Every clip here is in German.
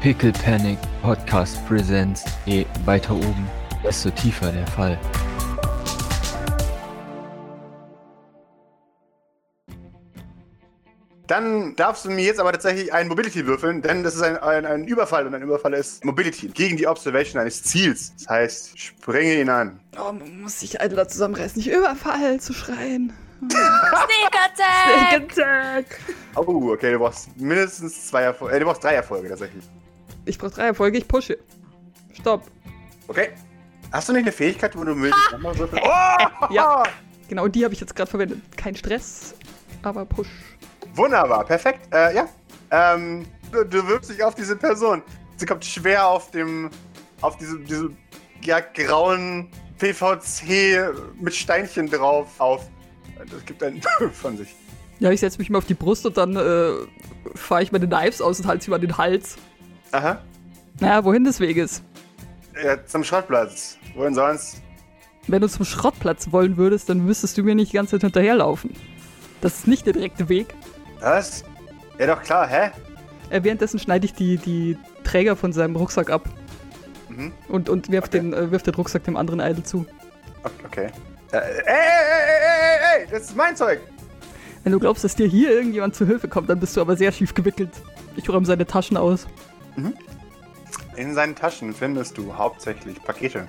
Pickle Panic Podcast Presents. Je weiter oben, desto tiefer der Fall. Dann darfst du mir jetzt aber tatsächlich einen Mobility würfeln, denn das ist ein, ein, ein Überfall und ein Überfall ist Mobility gegen die Observation eines Ziels. Das heißt, sprenge ihn an. Oh, man muss sich alle da zusammenreißen, nicht Überfall zu schreien. Sneak Attack! Attack! Oh, okay, du brauchst mindestens zwei Erfolge, äh, du brauchst drei Erfolge tatsächlich. Ich brauche drei Erfolge, ich pushe. Stopp. Okay. Hast du nicht eine Fähigkeit, wo du mit nochmal würfeln? Oh! Ja. Genau, die habe ich jetzt gerade verwendet. Kein Stress, aber push. Wunderbar, perfekt. Äh, ja. Ähm, du, du wirfst dich auf diese Person. Sie kommt schwer auf dem, auf diese, diese ja, grauen PVC mit Steinchen drauf auf. Das gibt ein von sich. Ja, ich setze mich mal auf die Brust und dann äh, fahre ich meine Knives aus und halte sie über den Hals. Aha. Naja, wohin des Weges? Ja, zum Schrottplatz. Wohin sonst? Wenn du zum Schrottplatz wollen würdest, dann müsstest du mir nicht die ganze Zeit hinterherlaufen. Das ist nicht der direkte Weg. Was? Ja, doch klar, hä? Äh, währenddessen schneide ich die, die Träger von seinem Rucksack ab Mhm. und, und wirf, Okay. den, äh, wirf den Rucksack dem anderen Idol zu. O- Okay. Äh, ey, ey, ey, ey, ey, ey, das ist mein Zeug. Wenn du glaubst, dass dir hier irgendjemand zu Hilfe kommt, dann bist du aber sehr schief gewickelt. Ich räume seine Taschen aus. In seinen Taschen findest du hauptsächlich Pakete.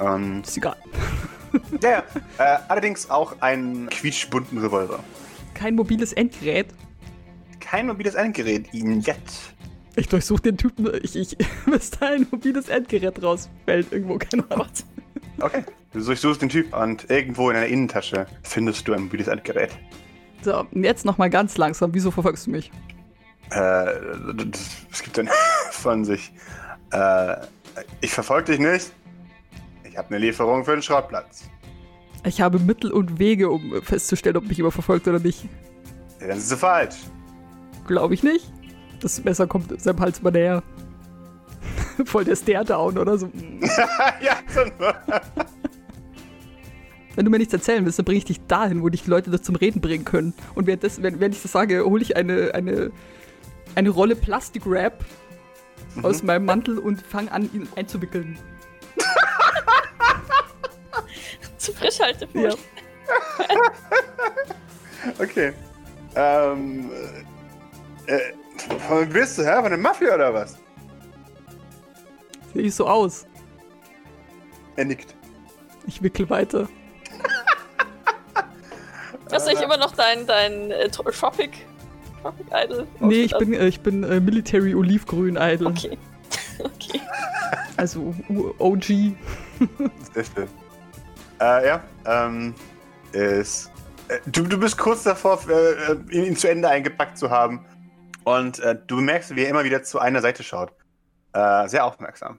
Ähm, Ist egal. ja, ja. Äh, allerdings auch einen quietschbunten Revolver. Kein mobiles Endgerät. Kein mobiles Endgerät, ihn jetzt. Ich durchsuche den Typen, ich, ich, bis da ein mobiles Endgerät rausfällt. Irgendwo, keine Ahnung. Okay. Du durchsuchst den Typ und irgendwo in einer Innentasche findest du ein mobiles Endgerät. So, und jetzt nochmal ganz langsam. Wieso verfolgst du mich? Äh, es gibt ein von sich. Äh, ich verfolge dich nicht. Ich habe eine Lieferung für den Schrottplatz. Ich habe Mittel und Wege, um festzustellen, ob mich jemand verfolgt oder nicht. Ja, dann ist sie falsch. Glaube ich nicht. Das Messer kommt seinem Hals mal näher. Voll der Stare-Down oder so. ja, so- Wenn du mir nichts erzählen willst, dann bringe ich dich dahin, wo dich die Leute das zum Reden bringen können. Und währenddessen, wenn, während ich das sage, hole ich eine, eine, eine Rolle Plastikwrap Mhm. aus meinem Mantel und fange an, ihn einzuwickeln. Zu frisch halte ja. okay. Ähm. Äh, wo bist du, hä? Von der Mafia oder was? Sehe ich so aus. Er nickt. Ich wickel weiter. Hast du nicht immer noch dein, dein äh, Tro- Tropic, Tropic Idol? Nee, ich bin, äh, ich bin äh, Military Olivgrün Idol. Okay. okay. Also U- OG. Sehr schön. Äh, ja. Ähm. Ist. Äh, du, du bist kurz davor, äh, äh, ihn, ihn zu Ende eingepackt zu haben. Und äh, du merkst, wie er immer wieder zu einer Seite schaut. Äh, sehr aufmerksam.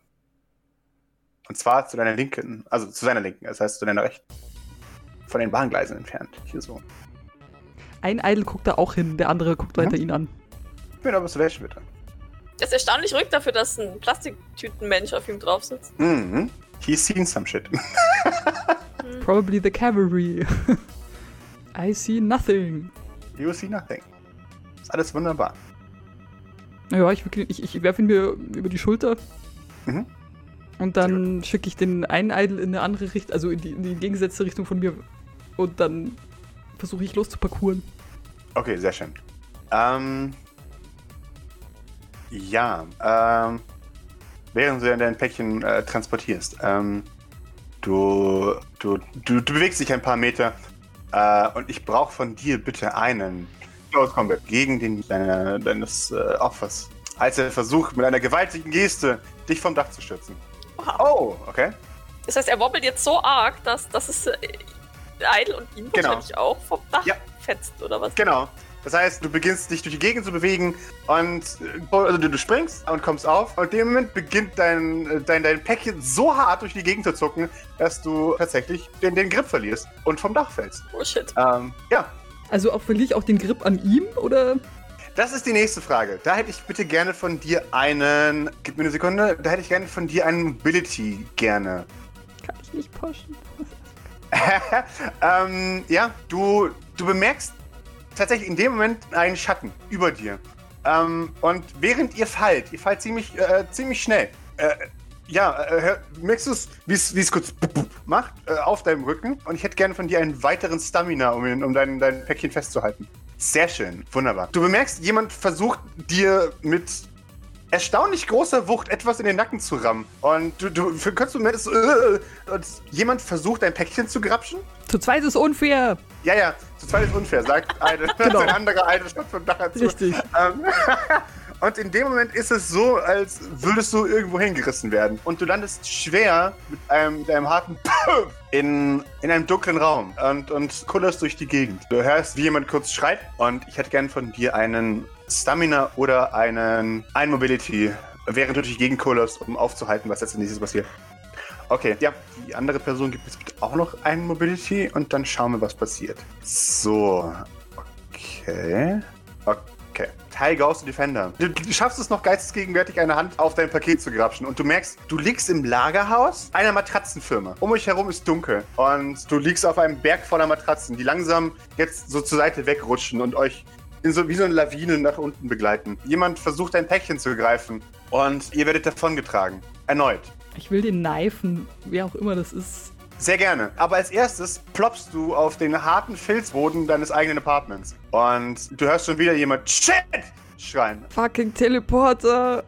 Und zwar zu deiner linken. Also zu seiner linken, das heißt zu deiner rechten. Von den Bahngleisen entfernt. Hier so. Ein Idol guckt da auch hin, der andere Mhm. guckt weiter ihn an. Ich bin aber zu welchem bitte. Das ist erstaunlich ruhig dafür, dass ein Plastiktütenmensch auf ihm drauf sitzt. Mhm. He's seen some shit. Probably the cavalry. I see nothing. You see nothing. Ist alles wunderbar. Ja, ich, wickel- ich, ich werfe ihn mir über die Schulter. Mhm. Und dann schicke ich den einen Idol in eine andere Richtung, also in die, in die entgegengesetzte Richtung von mir. Und dann versuche ich loszuparkuren. Okay, sehr schön. Ähm. Ja, ähm. Während du dein Päckchen äh, transportierst, ähm. Du, du, du, du bewegst dich ein paar Meter. Äh, und ich brauche von dir bitte einen Close Combat gegen den deine, deines äh, Opfers. Als er versucht, mit einer gewaltigen Geste dich vom Dach zu stürzen. Oh, okay. Das heißt, er wobbelt jetzt so arg, dass, dass es äh, Idol und ihn Genau. wahrscheinlich auch vom Dach Ja. fetzt, oder was? Genau. Das heißt, du beginnst dich durch die Gegend zu bewegen und äh, also du, du springst und kommst auf und in dem Moment beginnt dein, äh, dein, dein Päckchen so hart durch die Gegend zu zucken, dass du tatsächlich den, den Grip verlierst und vom Dach fällst. Bullshit. Ähm, ja, Also auch verliere ich auch den Grip an ihm oder? das ist die nächste Frage. Da hätte ich bitte gerne von dir einen, gib mir eine Sekunde, da hätte ich gerne von dir einen Mobility gerne. Kann ich nicht pushen. ähm, ja, du, du bemerkst tatsächlich in dem Moment einen Schatten über dir. Ähm, und während ihr fallt, ihr fallt ziemlich, äh, ziemlich schnell. Äh, ja, äh, hör- merkst du es, wie es kurz bup, bup macht, äh, auf deinem Rücken? Und ich hätte gerne von dir einen weiteren Stamina, um, ihn, um dein, dein Päckchen festzuhalten. Sehr schön, wunderbar. Du bemerkst, jemand versucht dir mit erstaunlich großer Wucht etwas in den Nacken zu rammen. Und du, du für einen kurzen Moment ist, so, äh, und jemand versucht, dein Päckchen zu grapschen? Zu zweit ist unfair. Ja, ja, zu zweit ist unfair, sagt eine, Genau. ein anderer eine Stadt von Dach zu. Richtig. Ähm, und in dem Moment ist es so, als würdest du irgendwo hingerissen werden. Und du landest schwer mit einem, mit einem harten in, in einem dunklen Raum und, und kullerst durch die Gegend. Du hörst, wie jemand kurz schreit und ich hätte gern von dir einen Stamina oder einen ein Mobility, während du durch die Gegend kullerst, um aufzuhalten, was als nächstes passiert. Okay, ja, die andere Person gibt es bitte auch noch einen Mobility und dann schauen wir, was passiert. So, okay. Okay. Teil Ghost Defender. Du, du schaffst es noch geistesgegenwärtig, eine Hand auf dein Paket zu grapschen. Und du merkst, du liegst im Lagerhaus einer Matratzenfirma. Um euch herum ist dunkel. Und du liegst auf einem Berg voller Matratzen, die langsam jetzt so zur Seite wegrutschen und euch in so, wie so eine Lawine nach unten begleiten. Jemand versucht, ein Päckchen zu greifen. Und ihr werdet davongetragen. Erneut. Ich will den Neifen, wer auch immer das ist. Sehr gerne. Aber als erstes ploppst du auf den harten Filzboden deines eigenen Apartments. Und du hörst schon wieder jemand Shit! schreien. Fucking Teleporter.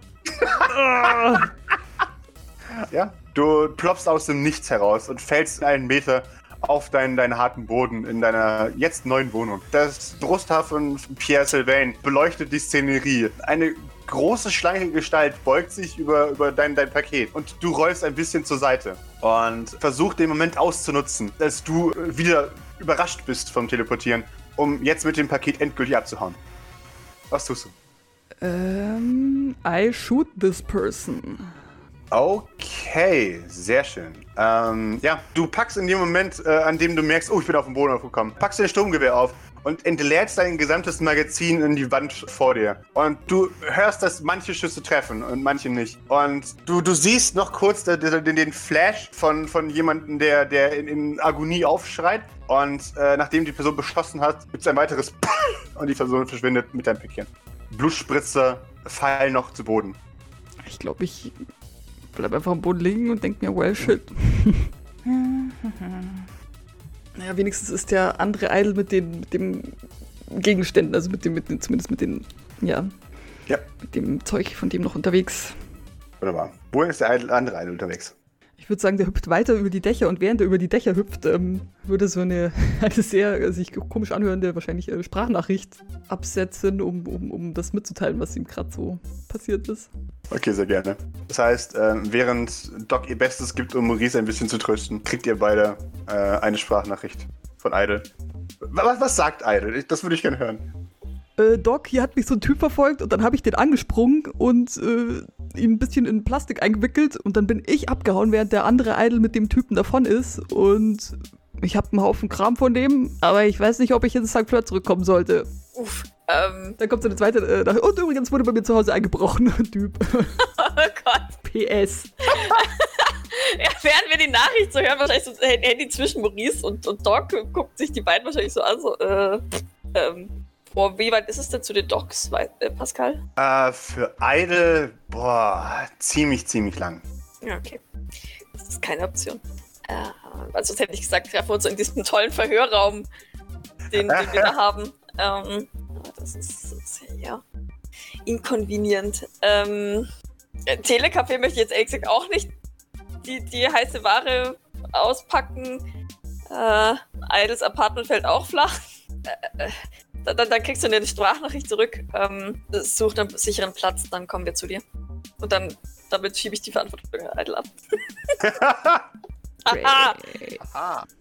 Ah. Ja? Du ploppst aus dem Nichts heraus und fällst einen Meter auf deinen, deinen harten Boden in deiner jetzt neuen Wohnung. Das Brusthaar von Pierre Sylvain beleuchtet die Szenerie. Eine große, schlanke Gestalt beugt sich über, über dein, dein Paket und du rollst ein bisschen zur Seite und versuchst den Moment auszunutzen, dass du äh, wieder überrascht bist vom Teleportieren, um jetzt mit dem Paket endgültig abzuhauen. Was tust du? ähm, I shoot this person. Okay, sehr schön. Ähm, ja, du packst in dem Moment, äh, an dem du merkst, oh, ich bin auf den Boden aufgekommen, packst dein Sturmgewehr auf und entleerst dein gesamtes Magazin in die Wand vor dir. Und du hörst, dass manche Schüsse treffen und manche nicht. Und du, du siehst noch kurz den, den, den Flash von, von jemandem, der, der in, in Agonie aufschreit. Und äh, nachdem die Person beschossen hat, gibt es ein weiteres und die Person verschwindet mit deinem Päckchen. Blutspritzer fallen noch zu Boden. Ich glaube, ich bleib einfach am Boden liegen und denk mir, well, shit. naja, wenigstens ist der andere Idol mit den, mit den Gegenständen, also mit dem, mit den, zumindest mit den, ja, Ja. mit dem Zeug von dem noch unterwegs. Wunderbar. Wo ist der ein- andere eine unterwegs? Ich würde sagen, der hüpft weiter über die Dächer und während er über die Dächer hüpft, ähm, würde so eine, eine sehr äh, sich komisch anhörende wahrscheinlich äh, Sprachnachricht absetzen, um, um, um das mitzuteilen, was ihm gerade so passiert ist. Okay, sehr gerne. Das heißt, ähm, während Doc ihr Bestes gibt, um Maurice ein bisschen zu trösten, kriegt ihr beide äh, eine Sprachnachricht von Idle. Was, was sagt Idle? Ich- Das würde ich gerne hören. äh, Doc, hier hat mich so ein Typ verfolgt und dann habe ich den angesprungen und äh, ihn ein bisschen in Plastik eingewickelt und dann bin ich abgehauen, während der andere Idol mit dem Typen davon ist und ich habe einen Haufen Kram von dem, aber ich weiß nicht, ob ich ins St. Fleur zurückkommen sollte. Uff. Ähm, Dann kommt so eine zweite äh, Nachricht. Und übrigens wurde bei mir zu Hause eingebrochen, Typ. oh Gott. PS. Ja, während wir die Nachricht so hören, wahrscheinlich so ein Handy zwischen Maurice und, und Doc, guckt sich die beiden wahrscheinlich so an, so, äh, ähm, boah, wie weit ist es denn zu den Docs, wei- äh, Pascal? Äh, für Idle, boah, ziemlich, ziemlich lang. Ja, okay. Das ist keine Option. Äh, weil sonst hätte ich gesagt, treffen wir uns in diesem tollen Verhörraum, den, den wir da haben. Ähm, aber das ist sehr inconvenient. Ähm, äh, Telekaffee möchte ich jetzt ehrlich gesagt auch nicht die, die heiße Ware auspacken. Äh, Idols Apartment fällt auch flach. Äh, äh, dann, dann, dann kriegst du eine Sprachnachricht zurück. Ähm, such einen sicheren Platz, dann kommen wir zu dir. Und dann damit schiebe ich die Verantwortung an Idle ab. Aha! Aha.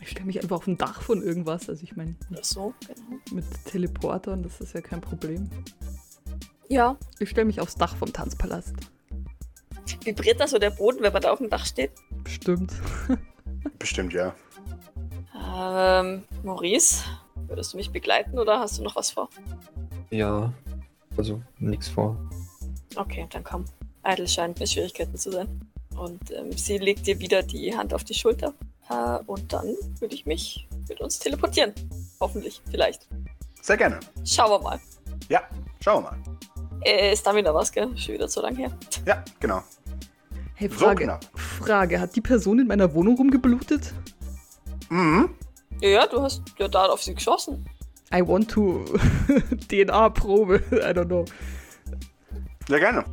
Ich stelle mich einfach auf ein Dach von irgendwas. Also ich meine, Ach So, genau. mit Teleportern, das ist ja kein Problem. Ja. Ich stelle mich aufs Dach vom Tanzpalast. Vibriert da so der Boden, wenn man da auf dem Dach steht? Bestimmt. Bestimmt, ja. Ähm, Maurice, würdest du mich begleiten oder hast du noch was vor? Ja, also nichts vor. Okay, dann komm. Idle scheint mit Schwierigkeiten zu sein. Und ähm, sie legt dir wieder die Hand auf die Schulter. Äh, und dann würde ich mich mit uns teleportieren. Hoffentlich, vielleicht. Sehr gerne. Schauen wir mal. Ja, Schauen wir mal. Äh, ist da wieder was, gell? Schon wieder zu lang her. Ja, genau. Hey, So Frage. knapp. Frage, hat die Person in meiner Wohnung rumgeblutet? Mhm. Ja, ja, du hast ja da auf sie geschossen. I want to DNA-Probe. I don't know. Sehr gerne.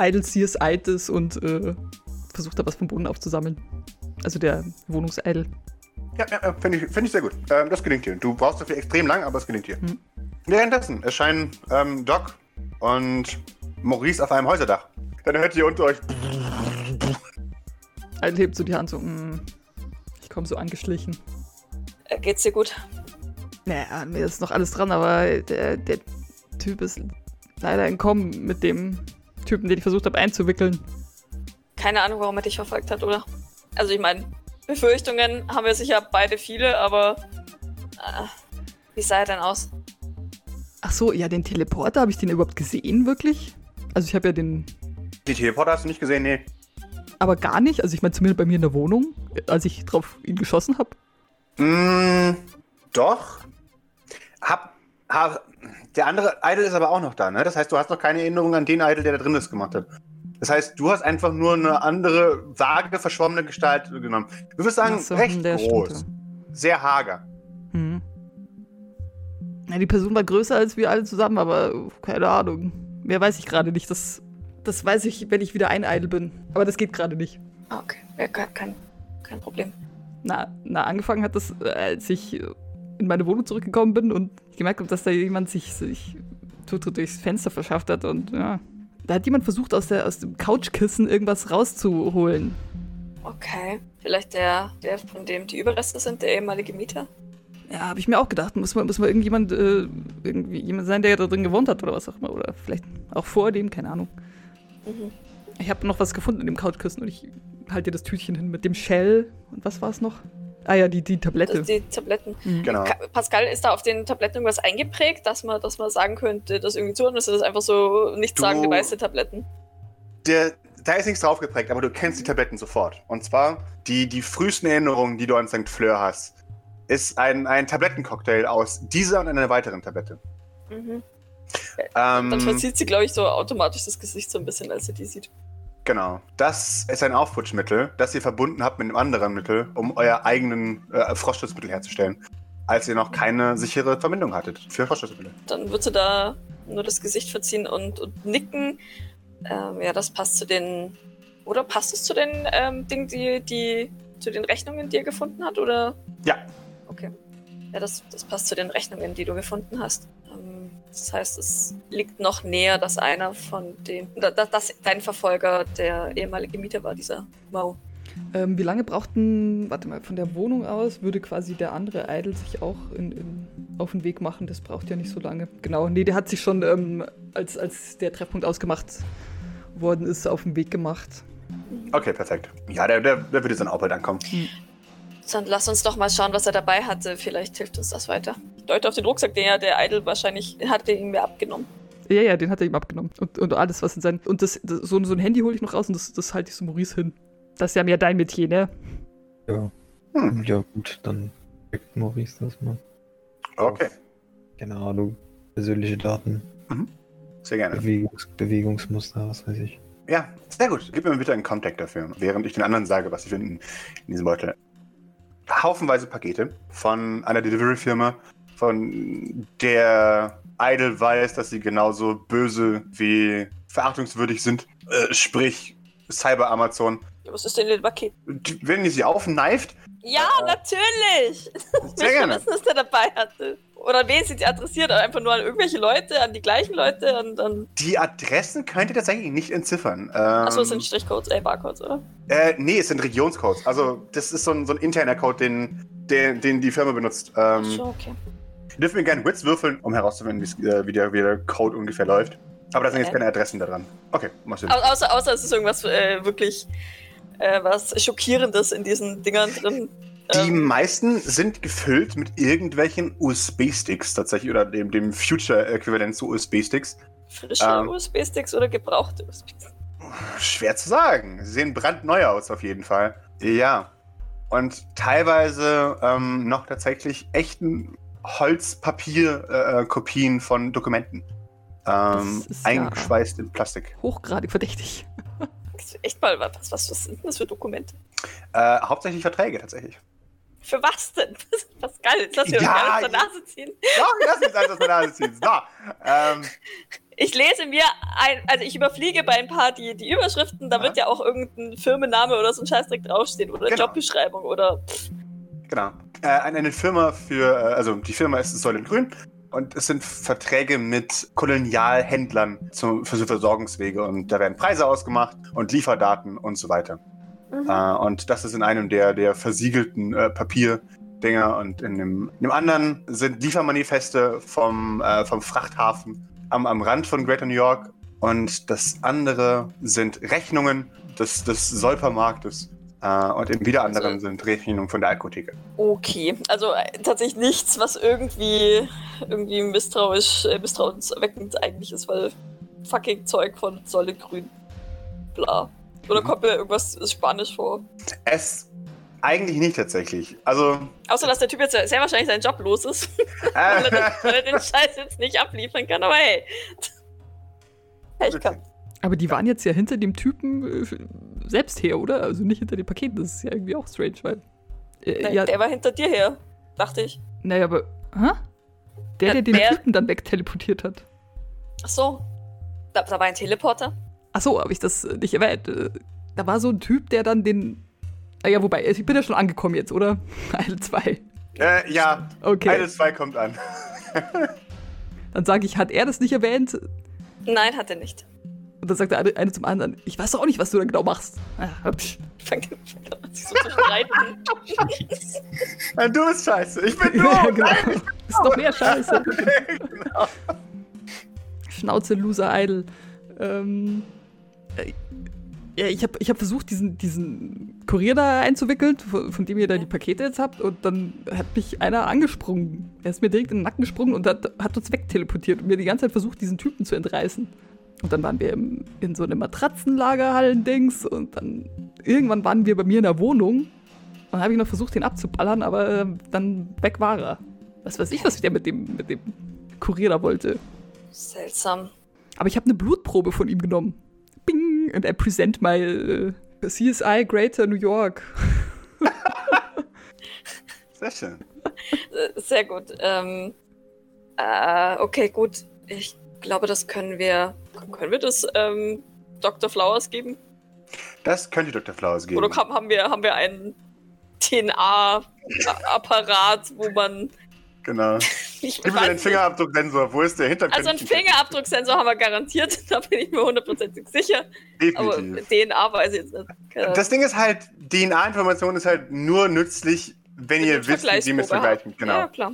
Idle CS Altes und äh, versucht da was vom Boden aufzusammeln. Also der Wohnungseidel. Ja, ja, ja finde ich, find ich sehr gut. Ähm, das gelingt dir. Du brauchst dafür extrem lang, aber es gelingt dir. Hm. Währenddessen erscheinen ähm, Doc und Maurice auf einem Häuserdach. Dann hört ihr unter euch. Idle hebt so die Hand so, mm, ich komme so angeschlichen. Äh, geht's dir gut? Naja, an mir ist noch alles dran, aber der, der Typ ist leider entkommen mit dem Typen, den ich versucht habe einzuwickeln. Keine Ahnung, warum er dich verfolgt hat, oder? Also, ich meine, Befürchtungen haben wir sicher beide viele, aber. Äh, wie sah er denn aus? Ach so, ja, den Teleporter, habe ich den überhaupt gesehen, wirklich? Also ich habe ja den Die Teleporter hast du nicht gesehen? Nee. aber gar nicht, also ich meine zumindest bei mir in der Wohnung, als ich drauf ihn geschossen habe. Mm, doch. Hab, hab, der andere Idol ist aber auch noch da, ne? Das heißt, du hast noch keine Erinnerung an den Idol, der da drin ist, gemacht hat. Das heißt, du hast einfach nur eine andere, vage, verschwommene Gestalt genommen. Du würdest sagen, recht groß. Sehr hager. Hm. Ja, die Person war größer als wir alle zusammen, aber äh, keine Ahnung. Mehr weiß ich gerade nicht. Das, das weiß ich, wenn ich wieder ein Idol bin. Aber das geht gerade nicht. Ah, Okay, ja, kein, kein, kein Problem. Na, na, angefangen hat das, äh, als ich äh, in meine Wohnung zurückgekommen bin und ich gemerkt habe, dass da jemand sich, sich tot durchs Fenster verschafft hat und ja. Da hat jemand versucht, aus, der, aus dem Couchkissen irgendwas rauszuholen. Okay. Vielleicht der, der, von dem die Überreste sind, der ehemalige Mieter? Ja, habe ich mir auch gedacht. Muss mal, muss mal irgendjemand, äh, irgendwie jemand sein, der da drin gewohnt hat oder was auch immer. Oder vielleicht auch vor dem, keine Ahnung. Mhm. Ich habe noch was gefunden in dem Couchkissen und ich halte dir das Tütchen hin mit dem Shell. Und was war es noch? Ah ja, die, die Tablette. Mhm. Das, die Tabletten. Genau. Ka- Pascal, ist da auf den Tabletten irgendwas eingeprägt, dass man, dass man sagen könnte, das irgendwie zuordnen? Ist das einfach so nichtssagende Du- weiße Tabletten? Der, da ist nichts drauf geprägt, aber du kennst die Tabletten sofort. Und zwar die, die frühesten Erinnerungen, die du an St. Fleur hast, ist ein, ein Tablettencocktail aus dieser und einer weiteren Tablette. Mhm. Ähm, Dann verzieht sie, glaube ich, so automatisch das Gesicht so ein bisschen, als sie die sieht. Genau. Das ist ein Aufputschmittel, das ihr verbunden habt mit einem anderen Mittel, um euer eigenen äh, Frostschutzmittel herzustellen, als ihr noch keine sichere Verbindung hattet für Frostschutzmittel. Dann wird sie da nur das Gesicht verziehen und, und nicken. Ähm, ja, das passt zu den. Oder passt es zu den ähm, Dingen, die, die. zu den Rechnungen, die er gefunden hat? Oder. Ja. Okay. Ja, das, das passt zu den Rechnungen, die du gefunden hast. Ähm, Das heißt, es liegt noch näher, dass einer von den. da- da- dass dein Verfolger der ehemalige Mieter war, dieser Mau. Ähm, wie lange brauchten, warte mal, von der Wohnung aus würde quasi der andere Idol sich auch in, in, auf den Weg machen? Das braucht ja nicht so lange. Genau, nee, der hat sich schon, ähm, als, als der Treffpunkt ausgemacht worden ist, auf den Weg gemacht. Okay, perfekt. Ja, der, der, der wird jetzt dann auch bald ankommen. Dann lass uns doch mal schauen, was er dabei hatte. Vielleicht hilft uns das weiter. Ich deute auf den Rucksack, den ja der Idol wahrscheinlich hat, den ihn mir abgenommen. Ja, ja, den hat er ihm abgenommen. Und, und alles, was in sein. Und das, das, so, so ein Handy hole ich noch raus und das, das halte ich so Maurice hin. Das ist ja mehr dein Metier, ne? Ja. Hm. Ja, gut, dann checkt Maurice das mal. Okay, Keine Ahnung. Persönliche Daten, sehr gerne. Bewegungs Bewegungsmuster, was weiß ich. Ja, sehr gut. Gib mir bitte einen Contact dafür, während ich den anderen sage, was sie finden in diesem Beutel. Haufenweise Pakete von einer Delivery-Firma, von der Idol weiß, dass sie genauso böse wie verachtungswürdig sind. Äh, sprich, Cyber-Amazon. Ja, Was ist denn in dem Paket? Die- Wenn ihr sie aufneift, Ja, natürlich! Äh, sehr Wir gerne. wissen, was der dabei hatte. Oder wen sie die adressiert, aber einfach nur an irgendwelche Leute, an die gleichen Leute, an. an Die Adressen könnt ihr tatsächlich nicht entziffern. Ähm, Achso, es sind Strichcodes, äh, Barcodes, oder? Äh, nee, es sind Regionscodes. Also, das ist so ein, so ein interner Code, den, den, den die Firma benutzt. Ach Ähm, so, okay. Ihr dürft mir gerne Wits würfeln, um herauszufinden, wie's, äh, wie, der, wie der Code ungefähr läuft. Aber da sind jetzt Okay. keine Adressen da dran. Okay, machst du. Au außer, außer es ist irgendwas äh, wirklich äh, was Schockierendes in diesen Dingern drin. Die Ähm, meisten sind gefüllt mit irgendwelchen USB-Sticks tatsächlich oder dem, dem Future-Äquivalent zu USB-Sticks. frische ähm, USB-Sticks oder gebrauchte USB-Sticks. Schwer zu sagen. Sie sehen brandneu aus auf jeden Fall. Ja. Und teilweise ähm, noch tatsächlich echten Holzpapier-Kopien äh, von Dokumenten. Ähm, Das ist ja- eingeschweißt in Plastik. Hochgradig verdächtig. Das ist Echt mal was, was, was sind denn das für Dokumente? Äh, hauptsächlich Verträge tatsächlich. Für was denn? Pascal, jetzt lass mir Ja, ja, gar ich- nicht aus der Nase ziehen. So, lass uns alles aus der Nase ziehen. So, ähm, Ich lese mir ein, also ich überfliege bei ein paar die, die Überschriften, da Ja. wird ja auch irgendein Firmenname oder so ein Scheißdreck draufstehen oder Genau. Jobbeschreibung oder. genau. Äh, eine eine Firma für, äh, also die Firma ist Säulen Grün und es sind Verträge mit Kolonialhändlern zum, für so Versorgungswege und da werden Preise ausgemacht und Lieferdaten und so weiter. Äh, und das ist in einem der, der versiegelten äh, Papierdinger und in dem, in dem anderen sind Liefermanifeste vom, äh, vom Frachthafen am, am Rand von Greater New York und das andere sind Rechnungen des, des Säupermarktes äh, und im wieder anderen Also- sind Rechnungen von der Alkotheke. Okay, also äh, tatsächlich nichts, was irgendwie, irgendwie misstrauisch, äh, misstrauenserweckend eigentlich ist, weil fucking Zeug von Säule Grün. Bla. Oder Mhm. kommt mir irgendwas Spanisch vor? Es eigentlich nicht tatsächlich. Also Außer, dass der Typ jetzt sehr wahrscheinlich seinen Job los ist, weil, er äh, den, weil er den Scheiß jetzt nicht abliefern kann, aber hey. Hey, ich kann. Aber die waren jetzt ja hinter dem Typen äh, selbst her, oder? Also nicht hinter dem Paket. Das ist ja irgendwie auch strange, weil. Äh, Der, ja, der war hinter dir her, dachte ich. naja, aber. Hä? Der, der Ja, den wer- Typen dann wegteleportiert hat. Ach so. Da, da war ein Teleporter. Achso, habe ich das äh, nicht erwähnt. Äh, Da war so ein Typ, der dann den. Ah ja, wobei, ich bin ja schon angekommen jetzt, oder? Eile 2. äh, ja, Okay. eine zwei kommt an. Dann sage ich, hat er das nicht erwähnt? Nein, hat er nicht. Und dann sagt der eine, eine zum anderen, ich weiß doch auch nicht, was du da genau machst. Ah, hübsch. Fangt fangt an, sich so zu streiten. Äh, Du bist scheiße. Ich bin du. ja, genau. Ist noch mehr Scheiße. Genau. Schnauze, Loser, Idol. Ähm, äh, ja, ich habe ich hab versucht, diesen, diesen Kurier da einzuwickeln, von, von dem ihr da die Pakete jetzt habt. Und dann hat mich einer angesprungen. Er ist mir direkt in den Nacken gesprungen und hat, hat uns wegteleportiert und mir die ganze Zeit versucht, diesen Typen zu entreißen. Und dann waren wir im, in so einem Matratzenlagerhallen-Dings und dann irgendwann waren wir bei mir in der Wohnung. Und dann habe ich noch versucht, den abzuballern, aber äh, dann weg war er. Was weiß ich, was der mit dem, mit dem Kurier da wollte. Seltsam. Aber ich habe eine Blutprobe von ihm genommen. Bing! And I present my äh, CSI Greater New York. Sehr schön. Äh, Sehr gut. Ähm, äh, okay, gut. Ich glaube, das können wir. Können wir das ähm, Dr. Flowers geben? Das könnte Dr. Flowers geben. Oder kam, haben, wir, haben wir einen DNA-Apparat, wo man. Genau. Ich Gib mir den weiß nicht. Fingerabdrucksensor. Wo ist der Hinterkopf? Also einen Fingerabdrucksensor haben wir garantiert, da bin ich mir hundertprozentig sicher. Aber Definitiv. DNA weiß ich jetzt nicht. Keine Ahnung. Das Ding ist halt, DNA-Information ist halt nur nützlich, wenn, Wenn ihr ihr wisst, mit wem ihr es Vergleichsprobe habt. vergleichen. Genau. Ja, klar.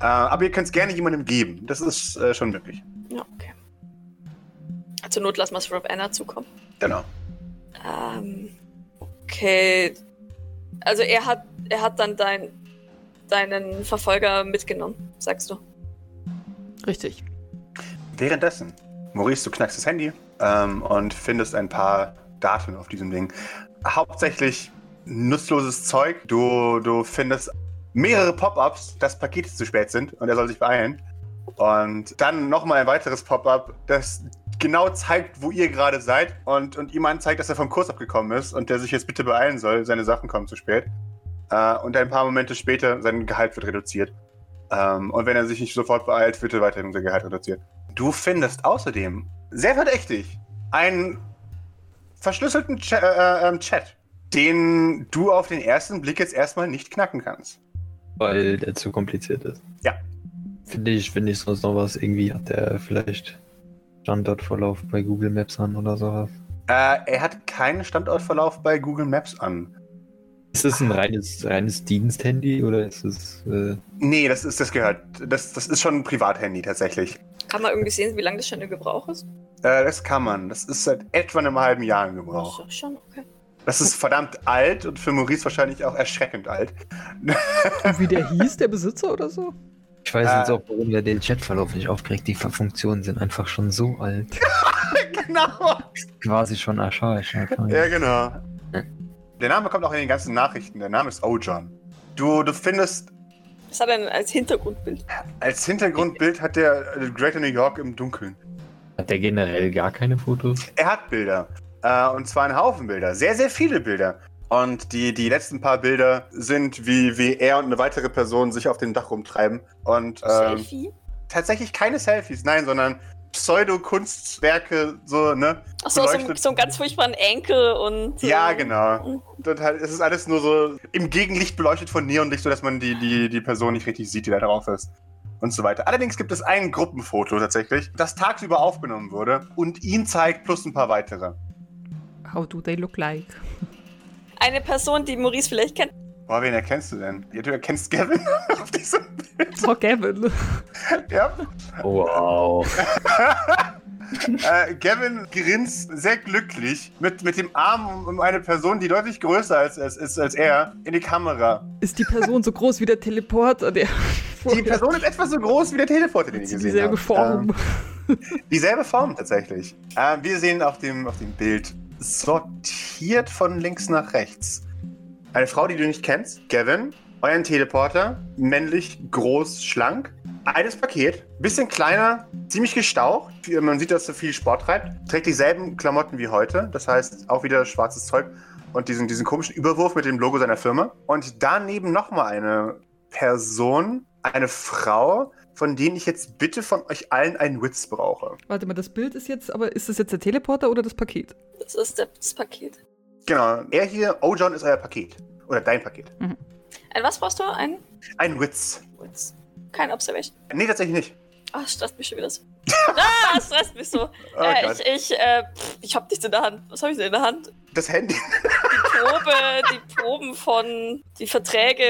Äh, aber ihr könnt es gerne jemandem geben. Das ist äh, schon möglich. Ja, okay. Zur Not lassen wir es Rob Anna zukommen. Genau. Ähm, okay. Also er hat, er hat dann dein, deinen Verfolger mitgenommen, sagst du. Richtig. Währenddessen, Maurice, du knackst das Handy ähm, und findest ein paar Daten auf diesem Ding. Hauptsächlich nutzloses Zeug. Du, du findest mehrere Pop-ups, dass Pakete zu spät sind und er soll sich beeilen. Und dann nochmal ein weiteres Pop-up, das genau zeigt, wo ihr gerade seid und, und ihm anzeigt, dass er vom Kurs abgekommen ist und der sich jetzt bitte beeilen soll. Seine Sachen kommen zu spät. Äh, und ein paar Momente später, sein Gehalt wird reduziert. Ähm, und wenn er sich nicht sofort beeilt, wird er weiterhin sein Gehalt reduziert. Du findest außerdem, sehr verdächtig, einen verschlüsselten Cha- äh, ähm, Chat, den du auf den ersten Blick jetzt erstmal nicht knacken kannst. Weil der zu kompliziert ist. Ja. Finde ich, finde ich sonst noch was. Irgendwie hat der vielleicht Standortverlauf bei Google Maps an oder sowas. Äh, er hat keinen Standortverlauf bei Google Maps an. Ist das ein reines, reines Diensthandy oder ist es. Äh, Nee, das ist, das gehört. Das, das ist schon ein Privathandy tatsächlich. Kann man irgendwie sehen, wie lange das schon in Gebrauch ist? Äh, das kann man. Das ist seit etwa einem halben Jahr im Gebrauch. Ach so, schon, okay. Das ist verdammt alt und für Maurice wahrscheinlich auch erschreckend alt. Und wie der hieß, der Besitzer oder so? ich weiß Äh. jetzt auch, warum der den Chatverlauf nicht aufkriegt. Die Funktionen sind einfach schon so alt. genau. Quasi schon archaisch. einfach. Ja, genau. Der Name kommt auch in den ganzen Nachrichten. Der Name ist Ojon. Du, du findest, Ähm, Was hat er denn als Hintergrundbild? als Hintergrundbild hat der äh, Greater New York im Dunkeln. Hat der generell gar keine Fotos? Er hat Bilder. Äh, und zwar einen Haufen Bilder. Sehr, sehr viele Bilder. Und die, die letzten paar Bilder sind, wie, wie er und eine weitere Person sich auf dem Dach rumtreiben. Und ähm, Selfie? tatsächlich keine Selfies, nein, sondern Pseudo-Kunstwerke, so, ne? Achso, so, ein- beleuchtet. so einen ganz furchtbaren Enkel und. äh, Ja, genau. Dort halt, es ist alles nur so im Gegenlicht beleuchtet von Neonlicht, sodass man die, die, die Person nicht richtig sieht, die da drauf ist. Und so weiter. Allerdings gibt es ein Gruppenfoto tatsächlich, das tagsüber aufgenommen wurde und ihn zeigt, plus ein paar weitere. How do they look like? Eine Person, die Maurice vielleicht kennt. Boah, wen erkennst du denn? Ja, du erkennst Gavin auf diesem Bild. Oh, Gavin. Ja. Wow. Äh, Gavin grinst sehr glücklich mit, mit dem Arm um eine Person, die deutlich größer als, als, ist als er, in die Kamera. Ist die Person so groß wie der Teleporter, der Die Person ist etwa so groß wie der Teleporter, den ich sie gesehen Ähm, dieselbe habe. Form. Ähm, dieselbe Form tatsächlich. Äh, wir sehen auf dem, auf dem Bild sortiert von links nach rechts. Eine Frau, die du nicht kennst, Gavin, euren Teleporter, männlich, groß, schlank. Altes Paket, bisschen kleiner, ziemlich gestaucht. Viel- Man sieht, dass er viel Sport treibt. Trägt dieselben Klamotten wie heute, das heißt auch wieder schwarzes Zeug und diesen, diesen komischen Überwurf mit dem Logo seiner Firma. Und daneben nochmal eine Person, eine Frau, von denen ich jetzt bitte von euch allen einen Witz brauche. Warte mal, das Bild ist jetzt, aber ist das jetzt der Teleporter oder das Paket? Das ist der- das Paket. Genau, er hier, Ojon ist euer Paket. Oder dein Paket. Ein was brauchst du? Ein. Ein Witz. Witz. Kein Observation. Nee, tatsächlich nicht. Ah, es stresst mich schon wieder so. ah, es stresst mich so. Oh äh, Gott. ich, ich, äh, pff, ich hab nichts in der Hand. Was habe ich denn in der Hand? Das Handy. Probe, die Proben von, die Verträge.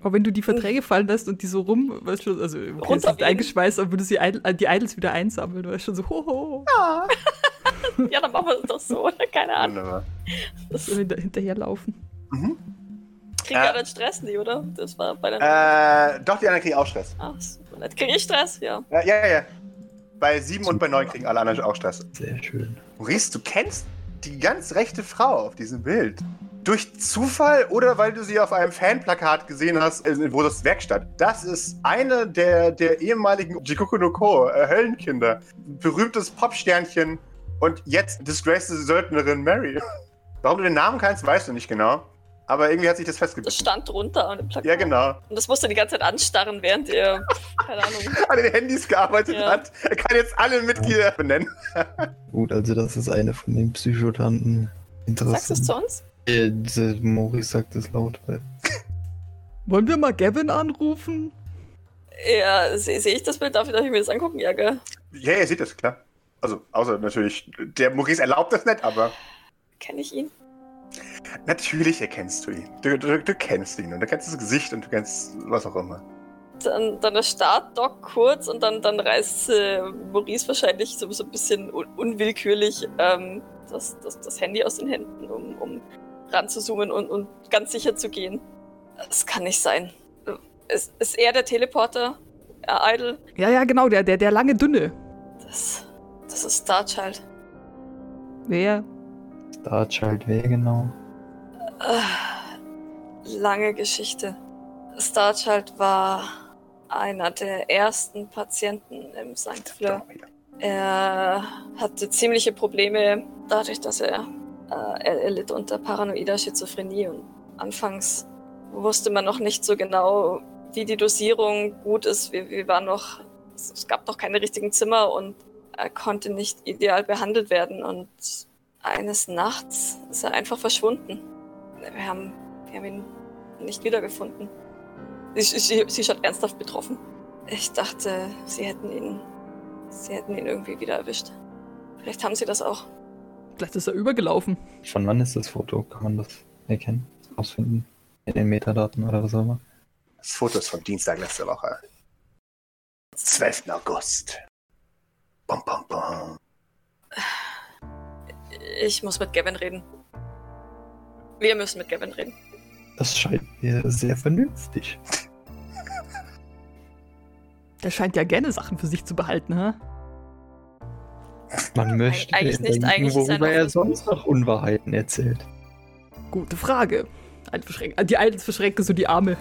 Aber wenn du die Verträge fallen lässt und die so rum, weißt du, also okay, es ist Runterwählen. eingeschweißt, aber würdest du die Idol- die Idols wieder einsammeln, weißt du, schon so, hoho, ho, Ja, dann machen wir es doch so, oder? Keine Ahnung. Wunderbar. Das so hinter, hinterherlaufen. kriegen ja Äh. dann Stress nie, oder? Das war bei der. Äh, doch, die anderen kriegen auch Stress. Äh, Ach, super nett. Kriege ich Stress? Ja. Ja, ja, ja. Bei sieben und bei neun kriegen alle anderen auch Stress. Sehr schön. Maurice, du kennst die ganz rechte Frau auf diesem Bild. Durch Zufall oder weil du sie auf einem Fanplakat gesehen hast, äh, wo das Werkstatt. Das ist eine der, der ehemaligen Jikoku no Ko, äh, Höllenkinder. Berühmtes Popsternchen und jetzt disgraced Söldnerin Mary. Warum du den Namen kannst, weißt du nicht genau. Aber irgendwie hat sich das Das festgebissen. stand drunter an dem Plakat. Ja, genau. Und das musste die ganze Zeit anstarren, während ihr. Keine Ahnung. An den Handys gearbeitet Ja. hat. Er kann jetzt alle Mitglieder benennen. Gut, also das ist eine von den Psychotanten. Sagst du es zu Interessant. uns? Äh, diese- Maurice sagt es laut. weil- Wollen wir mal Gavin anrufen? Ja, sehe seh ich das Bild? Darf ich, darf ich mir das angucken? Ja, gell? Ja, ihr seht das, klar. Also, außer natürlich, der Maurice erlaubt das nicht, aber Kenne ich ihn? natürlich erkennst du ihn. Du, du, du kennst ihn und du kennst das Gesicht und du kennst was auch immer. Dann, dann erstarrt Doc kurz und dann, dann reißt äh, Maurice wahrscheinlich so, so ein bisschen un unwillkürlich ähm, das, das, das Handy aus den Händen, um, um ranzuzoomen und, und ganz sicher zu gehen. Das kann nicht sein. Ist, ist er der Teleporter? Er Idol? Ja, ja, genau, der, der, der lange Dünne. Das, das ist Starchild. Wer? Starchild, wer genau? Ah, Lange Geschichte. Starchild war einer der ersten Patienten im St. Fleur. Er hatte ziemliche Probleme dadurch, dass er, äh, er, er litt unter paranoider Schizophrenie und anfangs wusste man noch nicht so genau, wie die Dosierung gut ist. Wir, wir waren noch, es es gab noch keine richtigen Zimmer und er konnte nicht ideal behandelt werden und eines Nachts ist er einfach verschwunden. Wir haben, wir haben ihn nicht wiedergefunden. Sie, sie, sie schaut ernsthaft betroffen. Ich dachte, sie hätten ihn Sie hätten ihn irgendwie wieder erwischt. Vielleicht haben sie das auch. Vielleicht ist er übergelaufen. Von wann ist das Foto? Kann man das erkennen? Ausfinden? In den Metadaten oder was auch immer? Das Foto ist vom Dienstag letzte Woche. 12. August. Bom, bom, bom. Ich muss mit Gavin reden. Wir müssen mit Gavin reden. Das scheint mir sehr vernünftig. Der scheint ja gerne Sachen für sich zu behalten, hä? Man möchte eigentlich nicht, denken, eigentlich ist er worüber er noch- sonst noch Unwahrheiten erzählt. Gute Frage. Alt verschränkt- Die Idols verschränken so die Arme.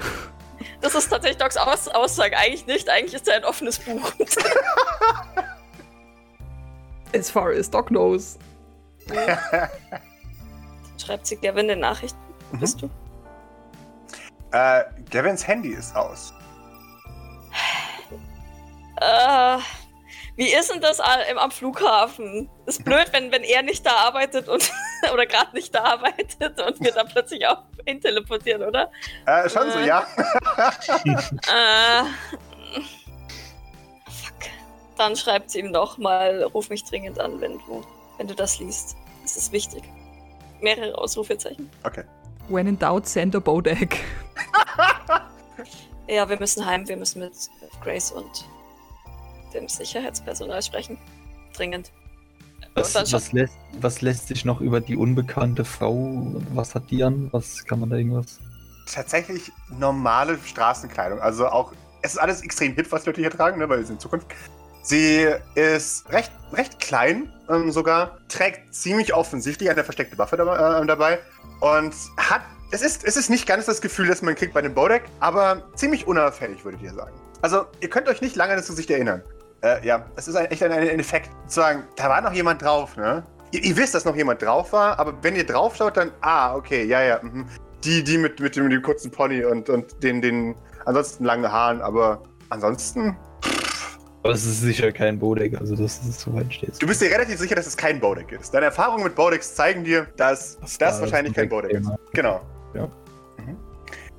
Das ist tatsächlich Docs Aus Aussage. Eigentlich nicht. Eigentlich ist er ein offenes Buch. As far as Doc knows. Schreibt sie Gavin eine Nachricht. Bist du? Äh, Gavins Handy ist aus. Äh, wie ist denn das a- am Flughafen? Ist blöd, wenn, wenn er nicht da arbeitet und oder gerade nicht da arbeitet und wir dann plötzlich auch hin teleportieren, oder? Äh, schon so, Äh. ja. Äh, fuck. Dann schreibt sie ihm nochmal, ruf mich dringend an, wenn du, wenn du das liest. Das ist wichtig. Mehrere Ausrufezeichen. Okay. When in doubt, send a Bodak. Ja, wir müssen heim, wir müssen mit Grace und dem Sicherheitspersonal sprechen. Dringend. Was, dann schon- was, lässt, was lässt sich noch über die unbekannte Frau, was hat die an? Was kann man da irgendwas? Tatsächlich normale Straßenkleidung. Also auch, es ist alles extrem hip, was die Leute hier tragen, ne, weil es in Zukunft. Sie ist recht, recht klein ähm, sogar, trägt ziemlich offensichtlich eine versteckte Waffe dabei, äh, dabei und hat, es ist, es ist nicht ganz das Gefühl, das man kriegt bei dem Bodek, aber ziemlich unauffällig, würdet ihr sagen. Also, ihr könnt euch nicht lange an das Gesicht erinnern. Äh, ja, es ist ein, echt ein, ein Effekt. Zu sagen, da war noch jemand drauf, ne? Ihr, ihr wisst, dass noch jemand drauf war, aber wenn ihr drauf schaut, dann, ah, okay, ja, ja, mhm. Die, die mit, mit, dem, mit dem kurzen Pony und, und den, den ansonsten langen Haaren, aber ansonsten, Aber es ist sicher kein Bodek, also das ist soweit steht. du bist dir relativ sicher, dass es kein Baudeck ist. Deine Erfahrungen mit Baudecks zeigen dir, dass das, wahrscheinlich kein Baudeck ist. Genau. Ja. Mhm.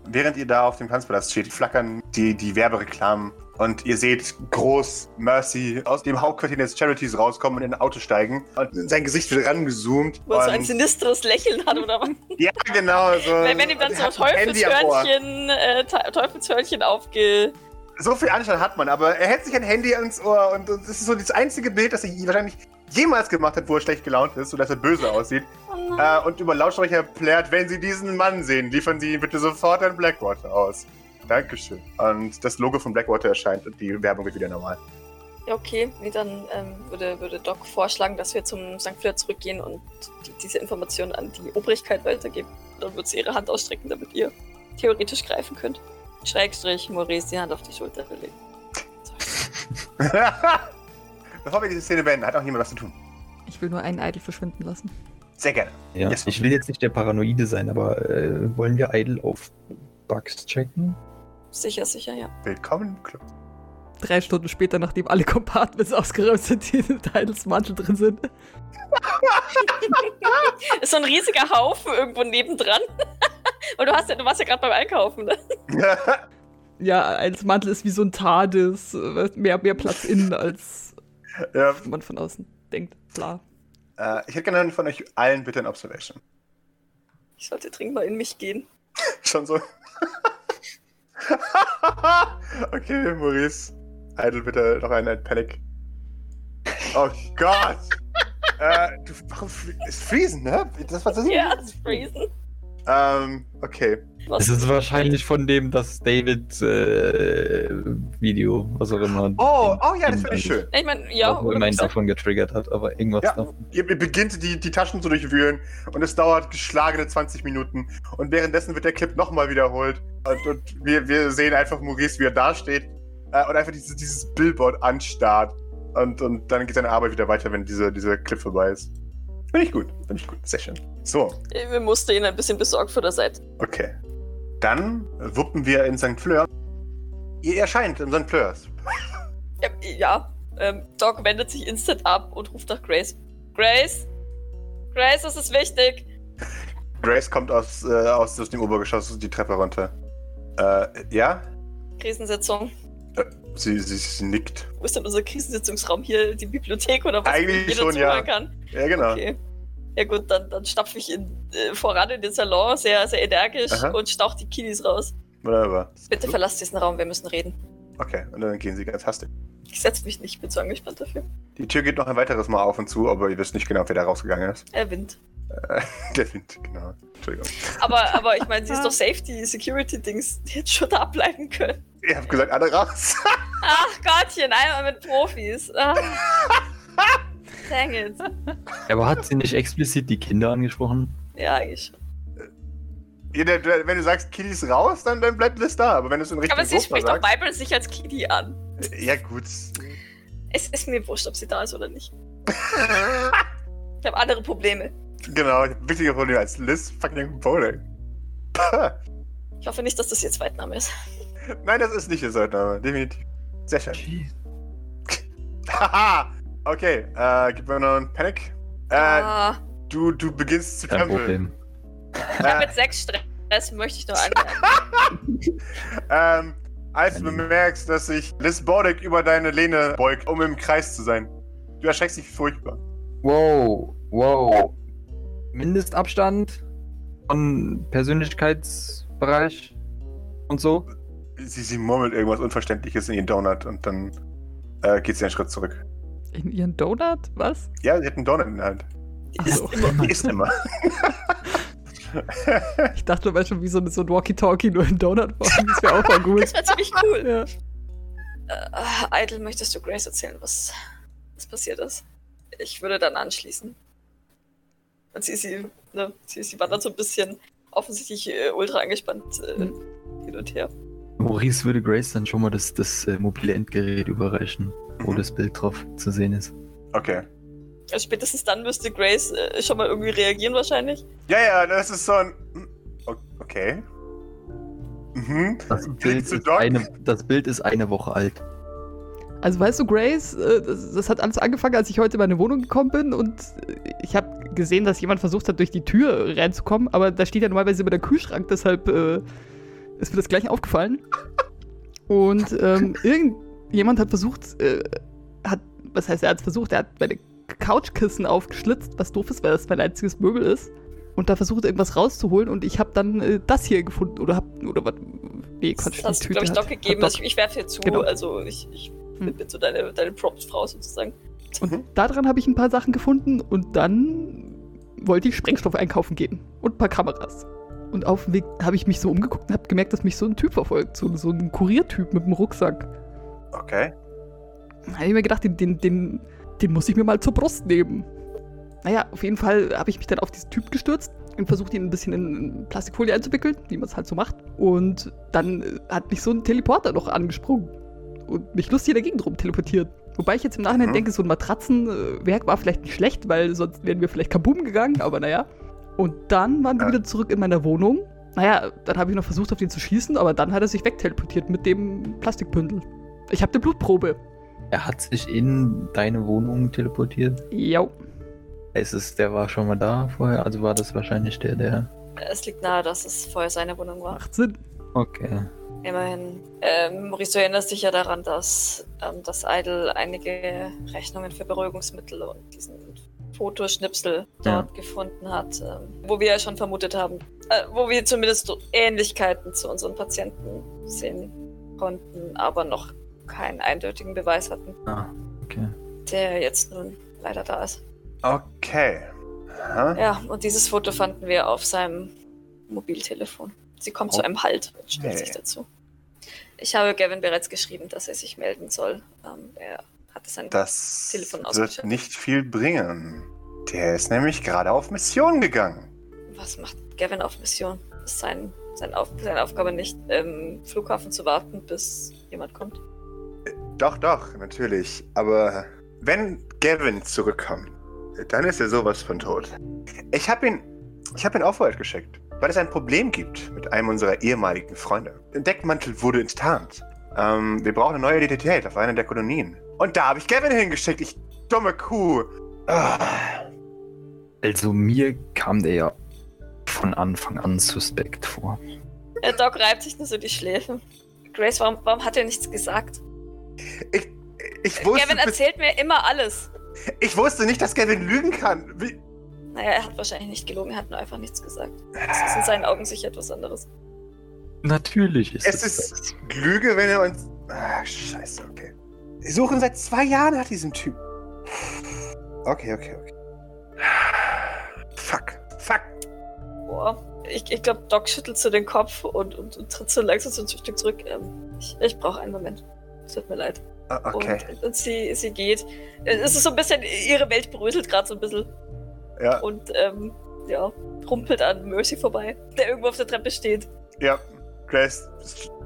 Während ihr da auf dem Tanzplatz steht, flackern die, die Werbereklamen und ihr seht groß Mercy aus dem Hauptquartier des Charities rauskommen und in ein Auto steigen. Und sein Gesicht wird rangezoomt. Wo er so ein Und, sinistres Lächeln hat oder was? ja, genau. So, Wenn, wenn ihm dann und so er hat ein Handy am Ohr. Teufelshörnchen, äh, Te- Teufelshörnchen aufge. So viel Anstand hat man, aber er hält sich ein Handy ans Ohr und und es ist so das einzige Bild, das er je- wahrscheinlich jemals gemacht hat, wo er schlecht gelaunt ist, sodass er böse aussieht. Oh nein. Äh, und über Lautsprecher plärt, wenn Sie diesen Mann sehen, liefern Sie ihn bitte sofort an Blackwater aus. Dankeschön. Und das Logo von Blackwater erscheint und die Werbung wird wieder normal. Ja, okay. Nee, dann ähm, würde, würde Doc vorschlagen, dass wir zum St. Fleur zurückgehen und die, diese Informationen an die Obrigkeit weitergeben. Dann wird sie ihre Hand ausstrecken, damit ihr theoretisch greifen könnt. Schrägstrich, Maurice die Hand auf die Schulter gelegt. Bevor wir diese Szene beenden, hat auch niemand was zu tun. Ich will nur einen Eitel verschwinden lassen. Sehr gerne. Ja. Yes. Ich will jetzt nicht der Paranoide sein, aber äh, wollen wir Idle auf Bugs checken? Sicher, sicher, ja. Willkommen im Club. Drei Stunden später, nachdem alle Compartments ausgeräumt sind, die in Titles Mantel drin sind. Ist so ein riesiger Haufen irgendwo nebendran. Und du, hast ja, du warst ja gerade beim Einkaufen, ne? Ja, Titles Mantel ist wie so ein TARDIS. äh, Mehr, mehr Platz innen, als ja. man von außen denkt. Klar. äh, ich hätte gerne von euch allen bitte ein Observation. Ich sollte dringend mal in mich gehen. Schon so. okay, Maurice. Idle bitte noch einen ein Panic. Oh Gott! äh, du, warum fri- ist Friesen, ne? Das war so Ja, das Freezen. Ähm, okay. Was Es ist wahrscheinlich von dem, das David äh, Video, was auch immer. Oh, oh ja, das finde ich schön. Ich meine, Ja, ja, auch immerhin oder? davon getriggert hat, aber irgendwas Ja. davon. Ihr ihr beginnt die, die Taschen zu durchwühlen und es dauert geschlagene 20 Minuten. Und währenddessen wird der Clip nochmal wiederholt. Und, und wir, wir sehen einfach Maurice, wie er dasteht äh, und einfach dieses, dieses Billboard anstarrt. Und, und dann geht seine Arbeit wieder weiter, wenn dieser, dieser Clip vorbei ist. Finde ich gut, finde ich gut. Sehr schön. So, Wir mussten ihn ein bisschen besorgt von der Seite. okay. Dann wuppen wir in St. Fleur. Ihr erscheint in St. Fleurs. Ja, ja ähm, Doc wendet sich instant ab und ruft nach Grace. Grace? Grace, das ist wichtig. Grace kommt aus, äh, aus, aus dem Obergeschoss die Treppe runter. Äh, ja? Krisensitzung. Sie, sie, sie nickt. Wo ist denn unser Krisensitzungsraum? Hier die Bibliothek oder was? wo Eigentlich jeder schon, zuhören ja. Kann? Ja, genau. Okay. Ja gut, dann, dann stapfe ich in, äh, voran in den Salon, sehr, sehr energisch Aha. und stauch die Kiddies raus. Wunderbar. Bitte verlasst diesen Raum, wir müssen reden. Okay, und dann gehen sie ganz hastig. Ich setze mich nicht, bin zu angespannt dafür. Die Tür geht noch ein weiteres Mal auf und zu, aber ihr wisst nicht genau, wer da rausgegangen ist. Er winnt. Der Wind, genau. Entschuldigung. Aber, aber ich meine, sie ist doch Safety, Security-Dings. Die hätte schon da bleiben können. Ihr habt gesagt, alle raus. Ach Gottchen, einmal mit Profis. Ah. Dang it. Aber hat sie nicht explizit die Kinder angesprochen? Ja, eigentlich schon. Ihr- der- der- wenn du sagst, Kiddies raus, dann, dann bleibt Liz da. Aber wenn du es in Richtung Aber sie Sofa spricht auch sagst, Vibrant sich als Kitty an. Ja, gut. Es ist mir wurscht, ob sie da ist oder nicht. Ich habe andere Probleme. genau, ich hab wichtiger Probleme als Liz fucking Bowling. Ich hoffe nicht, dass das ihr Zweitname ist. Nein, das ist nicht ihr Solltname, definitiv. Sehr schön. Haha! okay, äh, gib mir noch einen Panic. Äh, ah, du, du beginnst zu Äh, Kein kämpfen. Problem. ich habe jetzt Ah, sechs Stress, möchte ich nur anmerken. Ähm, als du bemerkst, dass sich Liz Bordick über deine Lehne beugt, um im Kreis zu sein. Du erschreckst dich furchtbar. Wow, wow. Mindestabstand von Persönlichkeitsbereich und so. Sie, sie murmelt irgendwas Unverständliches in ihren Donut und dann äh, geht sie einen Schritt zurück. In ihren Donut? Was? Ja, sie hat einen Donut in der Hand. Also, Die isst immer. ich dachte, du weißt schon, wie so, ein- so ein Walkie-Talkie nur in Donut-Form. Das wäre auch mal gut. Das war ziemlich cool. Ja. Äh, Idle, möchtest du Grace erzählen, was, was passiert ist? Ich würde dann anschließen. Und sie, sie, ne, sie, sie war dann so ein bisschen offensichtlich äh, ultra angespannt äh, hin und her. Maurice würde Grace dann schon mal das, das äh, mobile Endgerät überreichen, wo Mhm. das Bild drauf zu sehen ist. Okay. Also spätestens dann müsste Grace äh, schon mal irgendwie reagieren wahrscheinlich. Ja, ja, das ist so ein. O- Okay. Mhm. Das Bild, Willst du ist Doc? eine, das Bild ist eine Woche alt. Also weißt du, Grace, äh, das, das hat alles angefangen, als ich heute in meine Wohnung gekommen bin und äh, ich habe gesehen, dass jemand versucht hat, durch die Tür reinzukommen, aber da steht ja normalerweise immer der Kühlschrank, deshalb äh, ist mir das gleich aufgefallen. Und ähm, irgendjemand hat versucht, äh, hat, was heißt, er hat versucht, er hat meine Couchkissen aufgeschlitzt, was doof ist, weil das mein einziges Möbel ist. Und da versucht irgendwas rauszuholen und ich habe dann äh, das hier gefunden oder hab, oder was, nee, Quatsch, das hast die du, Tüte glaube ich, hat- Doc hat gegeben. Doc Also ich, ich werfe dir zu, Genau. also ich, ich Hm. bin so deine, deine Props-Frau sozusagen. Und daran habe ich ein paar Sachen gefunden und dann wollte ich Sprengstoff einkaufen gehen und ein paar Kameras. Und auf dem Weg habe ich mich so umgeguckt und habe gemerkt, dass mich so ein Typ verfolgt, so, so ein Kuriertyp mit einem Rucksack. Okay. Da habe ich mir gedacht, den, den, den, den muss ich mir mal zur Brust nehmen. Naja, auf jeden Fall habe ich mich dann auf diesen Typ gestürzt und versucht, ihn ein bisschen in Plastikfolie einzuwickeln, wie man es halt so macht. Und dann äh, hat mich so ein Teleporter noch angesprungen und mich lustig in der Gegend rum teleportiert. Wobei ich jetzt im Nachhinein Mhm. denke, so ein Matratzenwerk war vielleicht nicht schlecht, weil sonst wären wir vielleicht kaboom gegangen, aber naja. Und dann waren wir Ja. wieder zurück in meiner Wohnung. Naja, dann habe ich noch versucht, auf den zu schießen, aber dann hat er sich wegteleportiert mit dem Plastikbündel. Ich habe eine Blutprobe. Er hat sich in deine Wohnung teleportiert. Ja. Es ist, der war schon mal da vorher, also war das wahrscheinlich der, der. Äh, Es liegt nahe, dass es vorher seine Wohnung war. Macht Sinn. Okay. Immerhin. Ähm, Maurice, du erinnerst dich ja daran, dass, ähm, dass Idle einige Rechnungen für Beruhigungsmittel und diesen Fotoschnipsel Ja. dort gefunden hat, ähm, wo wir ja schon vermutet haben, äh, wo wir zumindest so Ähnlichkeiten zu unseren Patienten sehen konnten, aber noch keinen eindeutigen Beweis hatten, Ah, okay. der jetzt nun leider da ist. Okay. Aha. Ja, und dieses Foto fanden wir auf seinem Mobiltelefon. Sie kommt zu einem Halt und stellt sich Okay. dazu. Ich habe Gavin bereits geschrieben, dass er sich melden soll. Ähm, er hatte sein. Das Telefon wird ausgeschaltet. nicht viel bringen. Der ist nämlich gerade auf Mission gegangen. Was macht Gavin auf Mission? Ist sein, sein auf, seine Aufgabe nicht, im Flughafen zu warten, bis jemand kommt? Doch, doch, natürlich. Aber wenn Gavin zurückkommt, dann ist er sowas von tot. Ich habe ihn, ich habe ihn auf Wald geschickt, weil es ein Problem gibt mit einem unserer ehemaligen Freunde. Der Deckmantel wurde enttarnt. Ähm, wir brauchen eine neue Identität auf einer der Kolonien. Und da habe ich Gavin hingeschickt, ich dumme Kuh. Ah. Also mir kam der ja von Anfang an suspekt vor. Der Doc reibt sich nur so die Schläfen. Grace, warum, warum hat er nichts gesagt? Ich, ich, wusste, Gavin erzählt mir immer alles. ich wusste nicht, dass Gavin lügen kann. Wie, Naja, er hat wahrscheinlich nicht gelogen, er hat nur einfach nichts gesagt. Das ist in seinen Augen sicher etwas anderes. Natürlich ist Es ist Lüge, wenn er uns. Ah, scheiße, okay. Wir suchen seit zwei Jahren nach diesem Typ. Okay, okay, okay. Fuck, fuck. Boah, ich, ich glaube, Doc schüttelt so den Kopf und, und, und tritt so langsam so ein Stück zurück. Ähm, ich ich brauche einen Moment. Es tut mir leid. Ah, Okay. Und, und sie, sie geht. Es ist so ein bisschen, ihre Welt bröselt gerade so ein bisschen. Ja, Und ähm, ja, rumpelt an Mercy vorbei, der irgendwo auf der Treppe steht. ja. Grace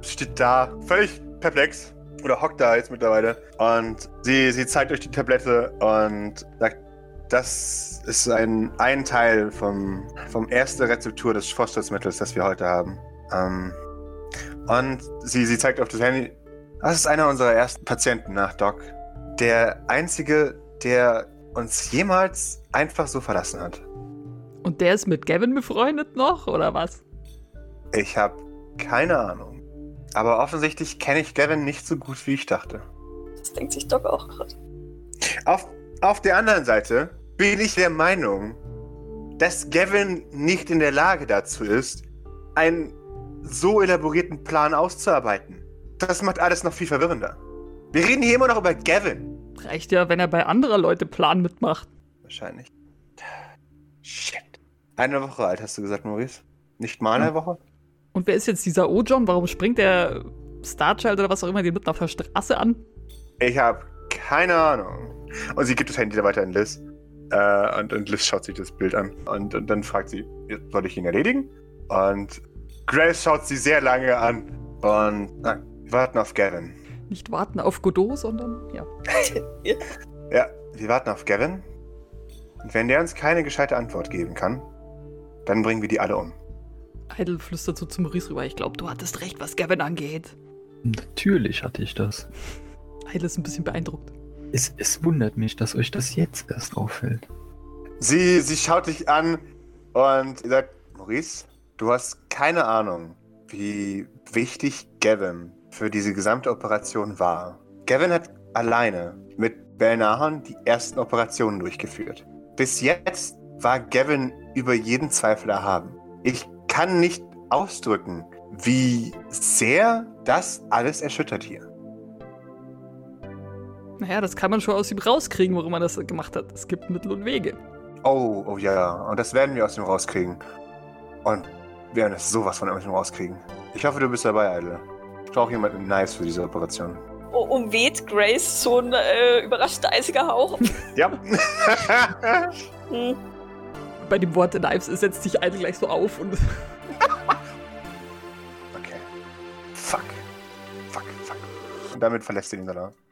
steht da, völlig perplex. oder hockt da jetzt mittlerweile. Und sie, sie zeigt euch die Tablette und sagt, das ist ein, ein Teil vom, vom ersten Rezeptur des Phosphorsmittels, das wir heute haben. Ähm, und sie, sie zeigt auf das Handy. Das ist einer unserer ersten Patienten nach Doc. Der einzige, der uns jemals einfach so verlassen hat. Und der ist mit Gavin befreundet noch, oder was? Ich habe keine Ahnung. Aber offensichtlich kenne ich Gavin nicht so gut, wie ich dachte. Das denkt sich Doc auch gerade. Auf, auf der anderen Seite bin ich der Meinung, dass Gavin nicht in der Lage dazu ist, einen so elaborierten Plan auszuarbeiten. Das macht alles noch viel verwirrender. Wir reden hier immer noch über Gavin. Reicht ja, wenn er bei anderer Leute Plan mitmacht. Wahrscheinlich. Shit. Eine Woche alt, hast du gesagt, Maurice? Nicht mal eine Woche? Und wer ist jetzt dieser O-John? Warum springt der Starchild oder was auch immer den mitten auf der Straße an? Ich habe keine Ahnung. Und sie gibt das Handy dann weiter an Liz. Äh, und, und Liz schaut sich das Bild an. Und, und dann fragt sie, soll ich ihn erledigen? Und Grace schaut sie sehr lange an. Und na, wir warten auf Gavin. Nicht warten auf Godot, sondern ja. Ja, wir warten auf Gavin. Und wenn der uns keine gescheite Antwort geben kann, dann bringen wir die alle um. Heidel flüstert so zu Maurice rüber. Ich glaube, du hattest recht, was Gavin angeht. Natürlich hatte ich das. Heidel ist ein bisschen beeindruckt. Es, es wundert mich, dass euch das jetzt erst auffällt. Sie, sie schaut dich an und sagt, Maurice, du hast keine Ahnung, wie wichtig Gavin für diese gesamte Operation war. Gavin hat alleine mit Belnahan die ersten Operationen durchgeführt. Bis jetzt war Gavin über jeden Zweifel erhaben. Ich kann nicht ausdrücken, wie sehr das alles erschüttert hier. Naja, das kann man schon aus ihm rauskriegen, warum man das gemacht hat. Es gibt Mittel und Wege. Oh, oh ja, ja. Und das werden wir aus ihm rauskriegen. Und wir werden das sowas von aus ihm rauskriegen. Ich hoffe, du bist dabei, Eidel. Ich brauche jemanden mit Knives für diese Operation. Oh, umweht Grace so ein äh, überraschend eisiger Hauch. Ja. Hm. Bei dem Wort Knives setzt sich Idle gleich so auf und okay. Fuck. Fuck, fuck. Und damit verlässt sie den Salon.